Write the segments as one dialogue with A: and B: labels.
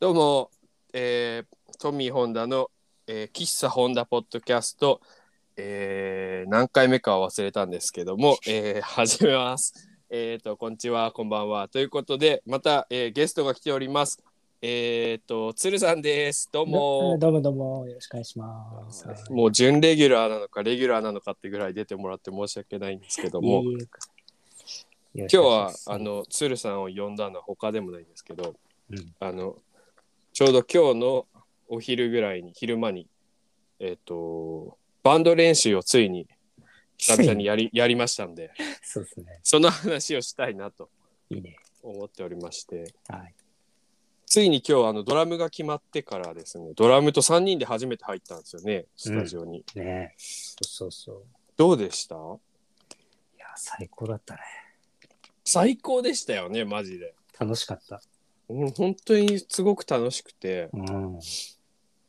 A: どうも、えー、トミー・ホンダの、えー、喫茶ホンダポッドキャスト、えー、何回目かは忘れたんですけども、えー、始めます。えっ、と、こんにちは、こんばんは。ということで、また、えー、ゲストが来ております。えっ、と、鶴さんです。どう
B: ど
A: も。
B: どうもどうも、よろしくお願いします。
A: もう準レギュラーなのか、レギュラーなのかってぐらい出てもらって申し訳ないんですけども、
B: いいえ
C: 今
A: 今日は、あ、の、鶴さんを呼んだのは他でもないんですけど、
C: うん
A: あの、ちょうど今日のお昼ぐらいに、昼間に、えっ、と、バンド練習をついに久々にやり、やりましたんで、
C: そうですね。
A: その話をしたいなと
C: いいね。
A: 思っておりまして、
C: はい。
A: ついに今日、あの、ドラムが決まってからですね、ドラムと3人で初めて入ったんですよね、スタジオに。
C: ねえそうそうそう。
A: どうでした
C: いや、最高だったね。
A: 最高でしたよね、マジで。
C: 楽しかった。
A: うん本当にすごく楽しくて、
C: うん。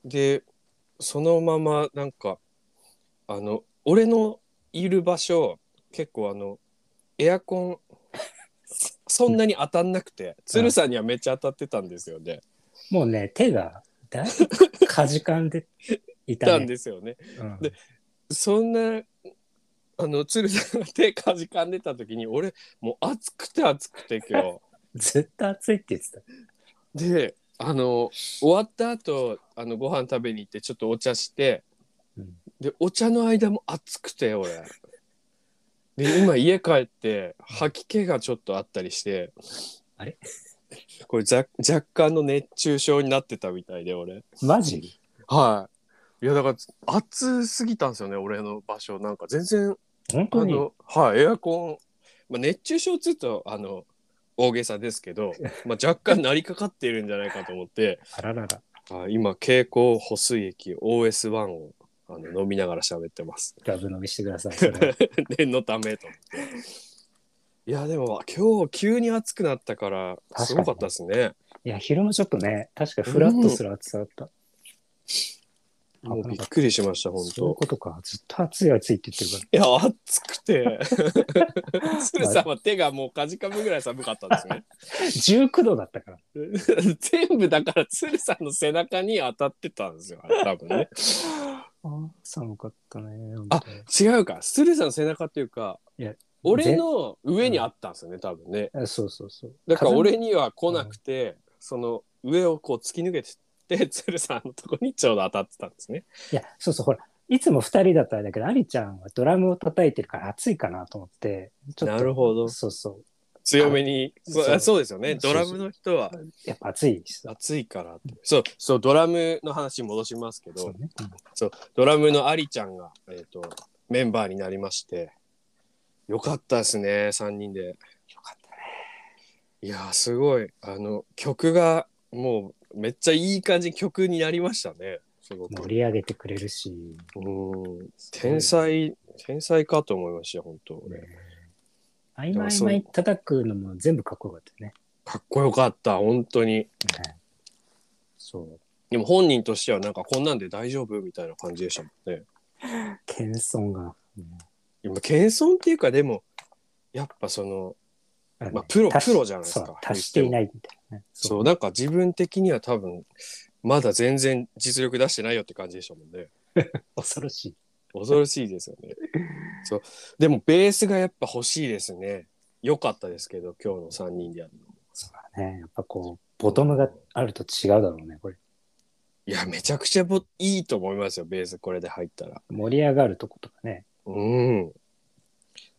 A: でそのままなんかあの俺のいる場所結構あのエアコン そんなに当たんなくて鶴さんにはめっちゃ当たってたんですよね。
C: もうね、手が、だいぶかじかんで いた、ね。
A: たんですよね。
C: うん
A: でそんなあの鶴さんが手かじかんでた時に俺もう暑くて暑くて今日。
C: ずっと暑いって言ってた。
A: であの終わった後あのご飯食べに行ってちょっとお茶して、
C: うん
A: でお茶の間も暑くて俺で今家帰って吐き気がちょっとあったりして
C: あれ
A: これざ若干の熱中症になってたみたいで俺
C: マジ
A: はいいやだから暑すぎたんですよね俺の場所なんか全然
C: 本
A: あ
C: 当に
A: のはいエアコン、まあ、熱中症っつうとあの大げさですけど、まあ、若干なりかかっているんじゃないかと思って
C: あららら。
A: あ今蛍光補水液 OS1 をあの飲みながら喋ってます。
C: ラブ飲みしてください。それ
A: 念のためと思って。いやでも今日急に暑くなったから
C: 確かに
A: すごかったですね。
C: いや、昼もちょっとね、確かにフラッとする暑さだった。
A: もうびっくりしました本
C: そういう
A: 当。
C: ことか。ずっと暑い暑いって言ってるか
A: いや暑くて。 鶴さんは手がもうかじかむぐらい寒かったですね。
C: ら。19度だったから。
A: 全部だから鶴さんの背中に当たってたんですよあれ多分ね
C: あ寒かったね。
A: あ違うか鶴さんの背中っていうか
C: いや
A: 俺の上にあったんですよね、多分ね
C: あそうそうそう。
A: だから俺には来なくて、その上をこう突き抜けてって 鶴さんのとこにちょうど当たってたんですね
C: いや、そうそう、ほら、いつも2人だったんだけど、アリちゃんはドラムを叩いてるから暑いかなと思って、ちょっと
A: なるほど
C: そうそう。
A: 強めにそ
C: そうう
A: あそうですよね
C: そ
A: ド
C: うそ
A: ラ
C: う
A: ムの人は
C: やっぱ暑いしさ。
A: 暑いからってそうそうドラムの話に戻しますけ
C: そ
A: ど
C: うね。うん
A: ドラムのアリちゃんが、えー、とメンバーになりましてよかったですね3人で
C: よかったね。
A: いやーすごいあの曲がもうめっちゃいい感じに曲になりましたねすごく
C: 盛り上げてくれるし、
A: うん天才天才かと思いました本当俺
C: 曖
A: でも
C: 昧
A: そう
C: 曖昧叩くのも全部かっこよかったよね。
A: かっこよかった本当に
C: ねそう。
A: でも本人としてはなんかこんなんで大丈夫みたいな感じでしたもんね
C: 謙遜が。
A: 今謙遜っていうかでもやっぱその
C: うん
A: まあプロ
C: 足し
A: プロじゃないですか
C: そう足していないみたいなね。
A: そうなんか自分的には多分まだ全然実力出してないよって感じでしたもんね
C: 恐ろしい。
A: 恐ろしいですよ ね。そうでもベースがやっぱ欲しいですね。良かったですけど今日の3人でやるの。
C: そうだね。やっぱこう、ボトムがあると違うだろうね、これ。
A: いやめちゃくちゃぼいいと思いますよベースこれで入ったら。
C: 盛り上がるとことかね。
A: うん。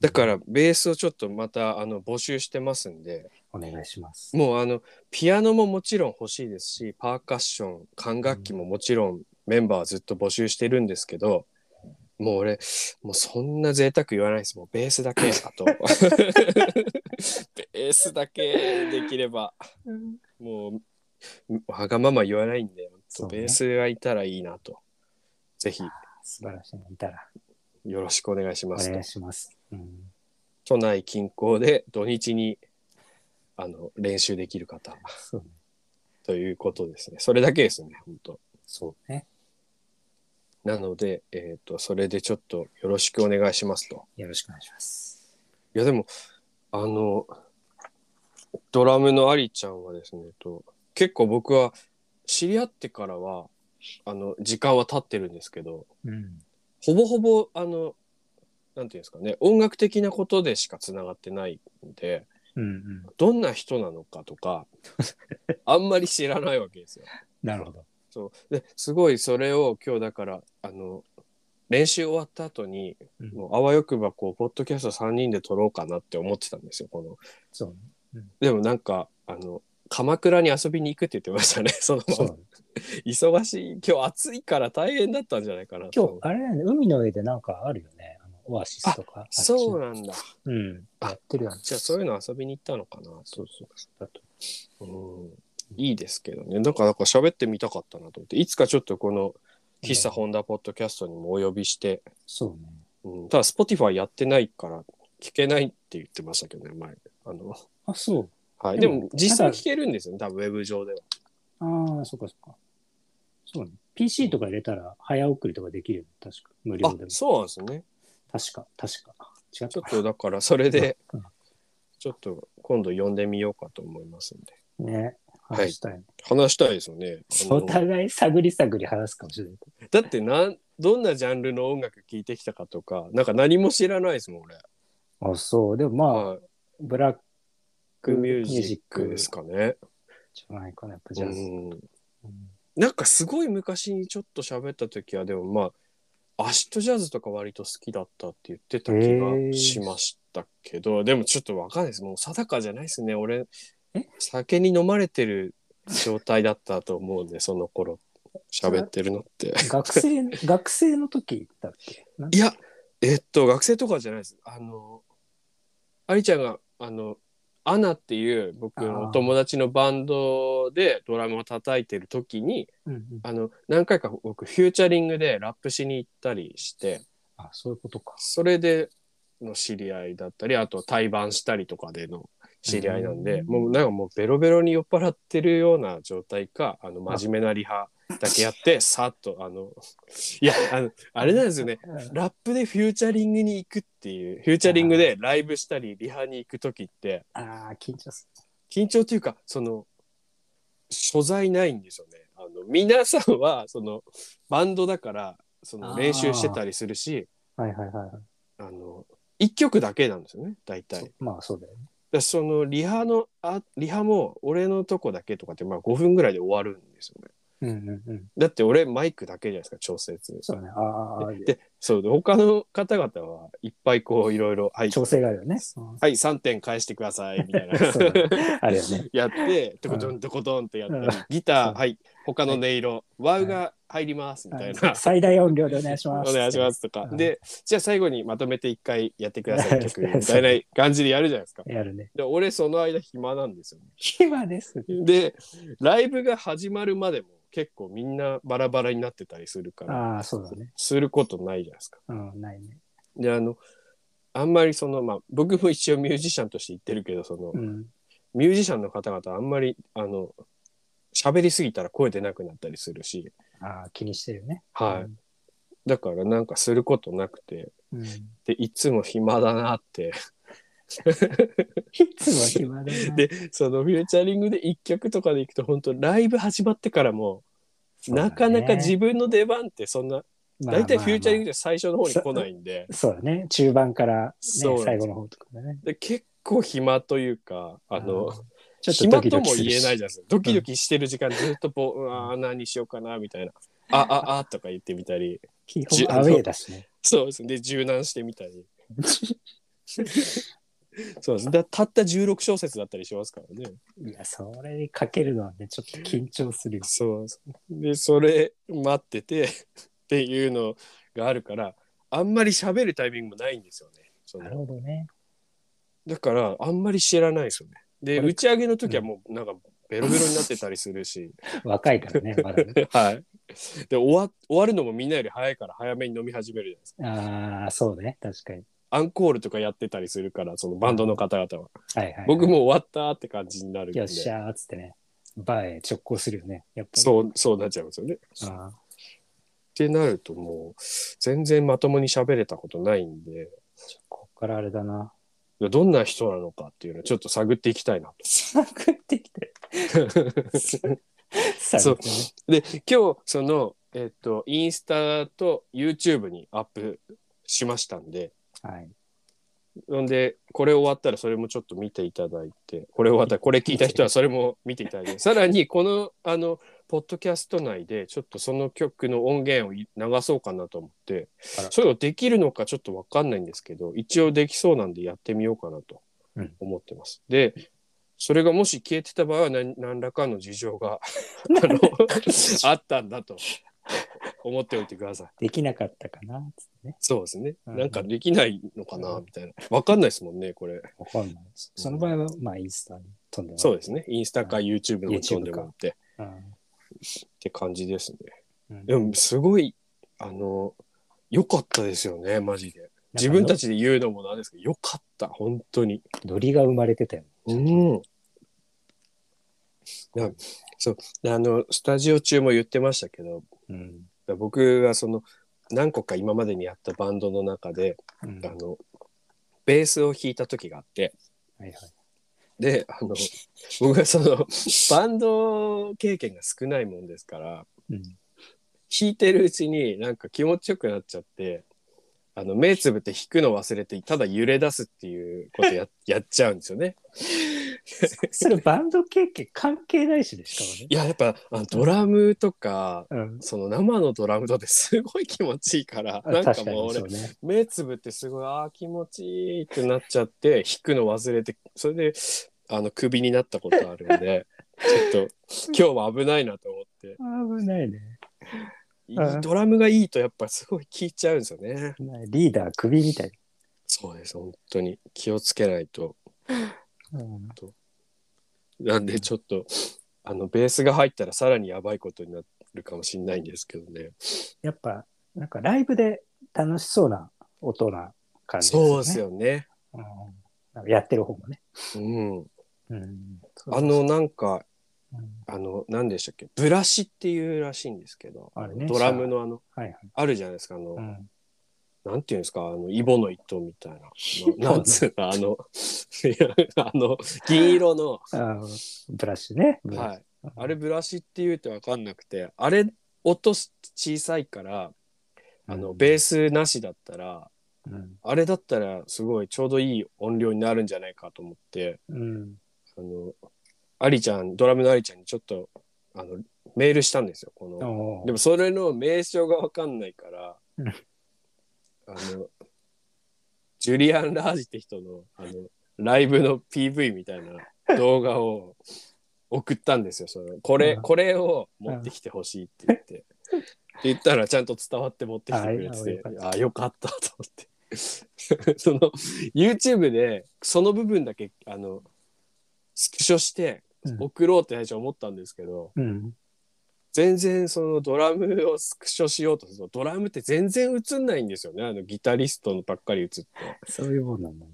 A: だからベースをちょっとまたあの募集してますんで
C: お願いします。
A: もうあのピアノももちろん欲しいですしパーカッション管楽器ももちろんメンバーはずっと募集してるんですけどもう俺もうそんな贅沢言わないですもうベースだけあと ベースだけできればもうわがまま言わないんで
C: そうね
A: ベースがいたらいいなとぜひ
C: 素晴らしいね。いたら、
A: よろしくお願いし
C: お
A: ますと
C: 願いします。うん
A: 都内近郊で土日にあの練習できる方
C: そうね。
A: ということですねそれだけですね本当
C: そうね。
A: なので、えっ、と、それでちょっとよろしくお願いしますと。
C: よろしくお願いします。
A: いや、でも、あの、ドラムのアリちゃんはですね、えっと結構僕は知り合ってからは、あの、時間は経ってるんですけど、
C: うん。
A: ほぼほぼ、あの、なんていうんですかね、音楽的なことでしかつながってないんで、
C: うんうん。
A: どんな人なのかとかあんまり知らないわけですよ。
C: なるほど。
A: そうですごいそれを今日だからあの練習終わった後に、
C: うん
A: もうあわよくばこうポッドキャスト3人で撮ろうかなって思ってたんですよこの
C: そう。
A: でもなんかあの鎌倉に遊びに行くって言ってましたね そのま
C: そ
A: ま
C: う
A: 忙しい今日暑いから大変だったんじゃないかな
C: 今
A: と
C: 日、あれだよね、海の上でなんかあるよね。あのオアシスとか。あっち
A: そうなんだ
C: うん。
A: あ
C: やってるよね。
A: じゃあそういうの遊びに行ったのかなそうそうだとうんいいですけどねなんかなんか喋ってみたかったなと思っていつかちょっとこの喫茶ホンダポッドキャストにもお呼びして、
C: そうね。
A: うん、ただ Spotify やってないから聞けないって言ってましたけどね前あの
C: あ、そう。
A: はいで
C: で
A: も
C: も
A: 実際
C: ただ
A: 聞けるんですよね多分ウェブ上では
C: ああ、そっかそっか。そうね。PC とか入れたら早送りとかできるよね。確か。無料
A: あ
C: でも。
A: そうなんですね
C: 確か、確か。違
A: ち
C: った
A: ょっとだからそれで
C: うん
A: ちょっと今度呼んでみようかと思いますんで
C: ね。
A: はい
C: 話したいね。
A: 話したいですよねあの
C: お互い探り探り話すかもしれない。
A: だってなんどんなジャンルの音楽聴いてきたかとかなんか何も知らないですもん俺、
C: あ、そう。でもまあ、
A: はい、
C: ブラッ
A: ク
C: ク
A: ミ
C: ミ
A: ュー
C: ュー
A: ジ
C: ジ
A: ッ
C: ッ
A: ク
C: ク
A: ですかね、
C: じゃないかな、やっぱジ
A: う
C: ャズ。
A: ん、
C: うん
A: なんかすごい昔にちょっと喋った時はでもまあアシットジャズとか割と好きだったって言ってた気がしましたけど、でもちょっとわかんないですもう定かじゃないですね俺
C: え
A: 酒に飲まれてる状態だったと思うんでその頃喋ってるのって
C: 学生、 学生の時だっけなん
A: いや、えっと、学生とかじゃないです。あの、ありちゃんが、あの、アナっていう僕のお友達のバンドでドラムを叩いてる時に、
C: うんうん
A: あの、何回か僕、フューチャリングでラップしに行ったりして、
C: あ、そういうことか。
A: それでの知り合いだったり、あと対バンしたりとかでの知り合いなんで、
C: うん
A: もうなんかもうベロベロに酔っ払ってるような状態か、あの、真面目なリハだけやって、さっと、あの、いや、あの、あれなんですよね。ラップでフューチャリングに行くっていうフューチャリングでライブしたりリハに行く時って
C: ああ、緊張す
A: 緊張というかその所在ないんですよね。あの皆さんはそのバンドだからその練習してたりするし
C: る。はいはいはいはい。
A: あの1曲だけなんですよね大体。だ
C: そ
A: か
C: まあそうだよね。
A: らそのリハのあリハも俺のとこだけとかってまあ5分ぐらいで終わるんですよね。
C: うんうんうん。
A: だって俺マイクだけじゃないですか調節。
C: そうだね。あーあー、
A: でそうで他の方々はいっぱいこういろいろはい
C: 調整があるよね。
A: はい、3点返してください、みたいな。
C: そうねあるよね。
A: やって、ドコド
C: う
A: ンドコドンってやったり
C: うん、
A: ギター、
C: そう
A: はい、他の音色、ワウが入ります、みたいな。
C: 最大音量でお願いし
A: お
C: ます。
A: 願いしますとか
C: う。ん
A: で、じゃあ最後にまとめて一回やってください、曲、
C: そう
A: みたいな感じでやるじゃないですか。
C: やるね。
A: で俺、その間暇なんですよね。
C: 暇です。
A: で、ライブが始まるまでも結構みんなバラバラになってたりするから、
C: ああ、そうだね。
A: することないじゃないですか。
C: うん、ないね。
A: で、あの、あんまりその、まあ、僕も一応ミュージシャンとして言ってるけど、その
C: う、ん。
A: ミュージシャンの方々あんまりあの喋りすぎたら声出なくなったりするし、
C: ああ、気にしてるよね。
A: はいだからなんかすることなくて
C: うん。うん
A: でいつも暇だなって
C: いつも暇だな。
A: でそのフューチャリングで1曲とかでいくと本当ライブ始まってからも、なかなか自分の出番ってそんな
C: 分
A: 大体、フューチャリングで最初の方に来ないん で
C: そうだね。中盤から、ね、
A: そうなんです
C: 最後の方とかだね。
A: で結構暇というかあの、
C: うんちょっと
A: 暇
C: ドキ
A: と
C: ド
A: も
C: キするし
A: 言えないじゃないですかドキドキしてる時間ずっとぼうわー何しようかなみ たいなあああとか言ってみたり
C: 基
A: じ
C: 本アウェーだしね。
A: そうですねで柔軟してみたり。そうです。だたった16小節だったりしますからね。
C: いや、それにかけるのはね、ちょっと緊張するよ。
A: そうで、それ待っててっていうのがあるから、あんまり喋るタイミングもないんですよね。そ
C: なる
A: の
C: ほどね。
A: だから、あんまり知らないですよね。で、
C: これ
A: 打ち上げの時はもうなんかベロベロになってたりするし、
C: 若いからね、 まだね。
A: はい。で終わ、終わるのもみんなより早いから早めに飲み始めるじゃないですか。
C: ああ、そうね。確かに。
A: アンコールとかやってたりするから、そのバンドの方々は。
C: はいはい。
A: 僕。もう終わったって感じになるん
C: よ
A: で
C: っ。しゃーっつってね。バーへ直行するよね。やっぱり。
A: そう、そうなっちゃいますよね。
C: あ
A: ってなるともう全然まともに喋れたことないんで
C: こっからあれだな。
A: どんな人なのかっていうのをちょっと探っていきたいな
C: 探ってきて。
A: と。
C: 探ってね
A: で今日そのえっとインスタと YouTube にアップしましたんで
C: はい。
A: ほんでこれ終わったらそれもちょっと見ていただいてこれ終わったらこれ聞いた人はそれも見ていただいてさらにこのあのポッドキャスト内でちょっとその曲の音源をい流そうかなと思って
C: あら
A: それをできるのかちょっと分かんないんですけど一応できそうなんでやってみようかなと
C: うん
A: 思ってます。でそれがもし消えてた場合は何何らかの事情があ のあったんだと思っておいてください。
C: できなかったかなっつってね。
A: そうですね。
C: うん
A: なんかできないのかなみたいな。わかんないですもんね、これ。
C: わかんない。その場合は、まあ、インスタに飛んでもら
A: そうですね。インスタか YouTube の方に飛んでもらってって感じですね。
C: うん。うん
A: でもすごい、あの、良かったですよね、マジで。自分た。ちで言うのもなんですけど、良かった、本当に。
C: なんかノリが生まれてたよね。
A: うん。なそう、あの、スタジオ中も言ってましたけど、
C: うん。
A: 僕がその、何個か今までにやったバンドの中で、
C: うん
A: あの、ベースを弾いた時があって、
C: はいはい。
A: であの僕はそ のバンド経験が少ないもんですから
C: うん。
A: 弾いてるうちになんか気持ちよくなっちゃってあの目つぶって弾くの忘れてただ揺れ出すっていうことや やっちゃうんですよね。
C: それバンド経験関係ないしでし
A: いややっぱあのドラムとか
C: かもね。うん。
A: その生のドラムとってすごい気持ちいいから
C: あ
A: なんか
C: 確か
A: もう
C: に
A: 俺
C: そうね。
A: 目つぶってすごいあー気持ちいいってなっちゃって弾くの忘れてそれであのクビになったことあるんで ちょっと今日は危ないなと思って
C: 危ないね。
A: いい
C: うん
A: ドラムがいいとやっぱすごい効いちゃうんですよね
C: リーダー首みたい
A: そうです本当に気をつけないと
C: な。うん。
A: なんでちょっとあのベースが入ったらさらにやばいことになるかもしれないんですけどね
C: やっぱ、なんかライブで楽しそうな音な感じ
A: そうです
C: よね。
A: よね
C: うんなんかやってる方もね。
A: うん
C: うん。
A: あのなんか
C: うん、
A: あの何でしたっけブラシっていうらしいんですけど
C: あれね
A: ドラムのあの
C: はいはい。
A: あるじゃないですかあの、
C: うん。
A: なんていうんですか、あの、イボの糸みたいな。ななんつうか、あの、いやあの、 銀色の、
C: あブラシね。
A: はい。
C: い
A: あれ、ブラシって言うてわかんなくて、あれ、音小さいから、あの、ベー
C: ス、
A: スなしだったら、
C: うん。
A: あれだったら、すごいちょうどいい音量になるんじゃないかと思って、
C: うん。
A: あの、アリちゃん、ドラムのアリちゃんにちょっと、あの、メールしたんですよ、この。
C: おー
A: でもそれの名称がわかんないから
C: うん、
A: あの、ジュリアン・ラージって人のあのライブの PV みたいな動画を送ったんですよ。そのこれ、
C: うん
A: これを持ってきてほしいって言って。って言ったらちゃんと伝わって持ってきてくれてて、ああ、よかったと思って。 その YouTube でその部分だけあのスクショして
C: うん
A: 送ろうって最初思ったんですけど、
C: うん。
A: 全然そのドラムをスクショしようとするとドラムって全然映んないんですよねあのギタリストのばっかり映って、
C: そういうもんなんだね。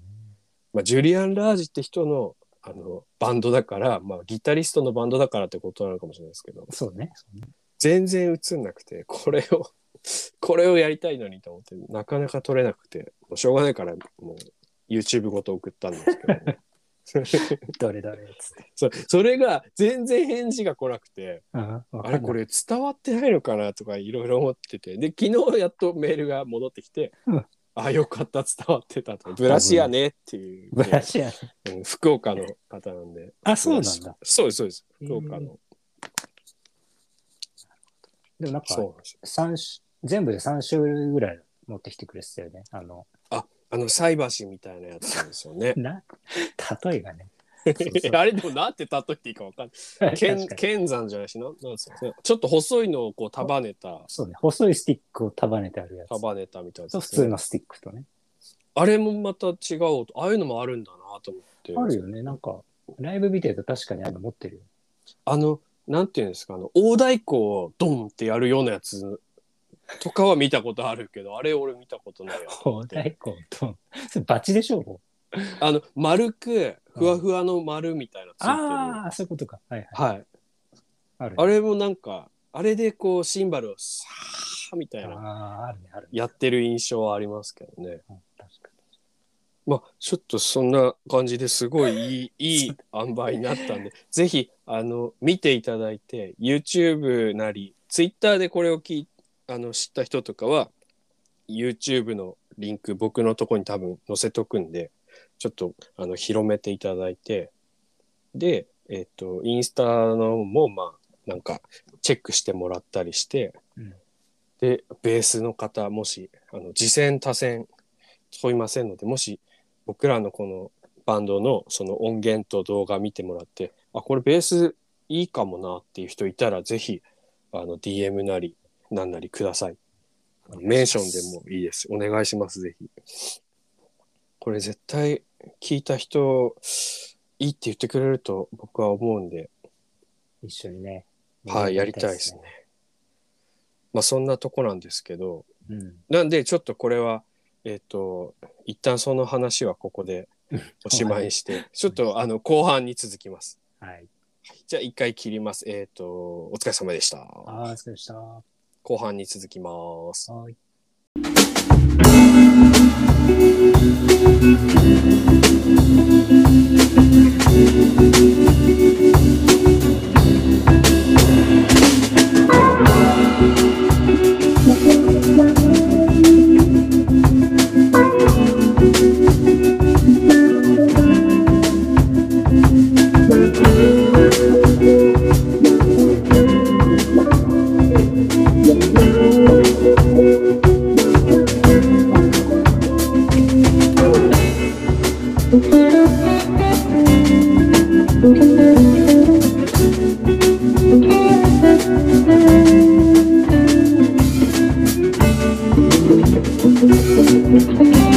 A: まあ、ジュリアン・ラージって人のあのバンドだから、まあ、ギタリストのバンドだからってことなのかもしれないですけど
C: そうね。そうね
A: 全然映んなくてこれを これをやりたいのにと思ってなかなか撮れなくてもうしょうがないからもう YouTube ごと送ったんですけど、ね、
C: どれどれっつって。
A: そそれが全然返事が来なくて。
C: あ
A: あれこれ伝わってないのかなとかいろいろ思っててで昨日やっとメールが戻ってきて
C: うん
A: 「あよかった伝わってた」と「ブラシやね」っていう
C: ブラシやね。
A: うん福岡の方なんで
C: あ、そうなんだ。
A: そうですそうです福岡の、
C: でもなん
A: そう
C: か、
A: なんですよ
C: 三種全部で3種類ぐらい持ってきてくれてたよね。あの、
A: あの菜箸みたいなやつなんですよ ね
C: な、例えがね。
A: あれでもなんて例えていいかわかんない剣
C: 確かに
A: 剣山じゃないしななんですかねちょっと細いのをこう束ねた
C: そうね。細いスティックを束ねてあるやつ。
A: 束ねたみたいなやつ
C: と
A: で
C: 普
A: すね
C: 通のスティックとね。
A: あれもまた違うとああいうのもあるんだなと思って
C: あるよね。なんか、ライブ見てると確かにあの持ってるよ。
A: あの、なんていうんですか、あの、大太鼓をドンってやるようなやつとかは見たことあるけど、あれ俺見たことないよ。
C: 大太鼓と。それバチでしょもう
A: あの、丸く、ふわふわの丸みたいなのつい
C: ああ、そういうことか。はいはい。
A: てる。はい。
C: あるね
A: あれもなんか、あれでこう、シンバルをさーみたい
C: あ
A: な
C: あ、あるね、あるね。
A: やってる印象はありますけどね。
C: うん確か
A: まあちょっとそんな感じですごいいいいい塩梅になったんでぜひあの見ていただいて YouTube なり Twitter でこれを聞いあの知った人とかは YouTube のリンク僕のとこに多分載せとくんでちょっとあの広めていただいてでえっ、とインスタのもまあなんかチェックしてもらったりして、
C: うん
A: でベースの方もしあの次戦多戦問いませんのでもし僕らのこのバンドのその音源と動画見てもらってあこれベースいいかもなっていう人いたらぜひあの DM なりなんなりくださいあのメンションでもいいですお願いしますぜひこれ絶対聞いた人いいって言ってくれると僕は思うんで
C: に。一緒にね。
A: はいやりたいですね。まあそんなとこなんですけど
C: うん。
A: なんでちょっとこれはえっ、と一旦その話はここでおしまいにしてちょっとあの後半に続きます。
C: はい。
A: はいじゃあ一回切ります。えっ、とお疲れ様でした。
C: ああ、お疲れ様でした。は
A: 後半に続きます。
C: い。
D: Thank you.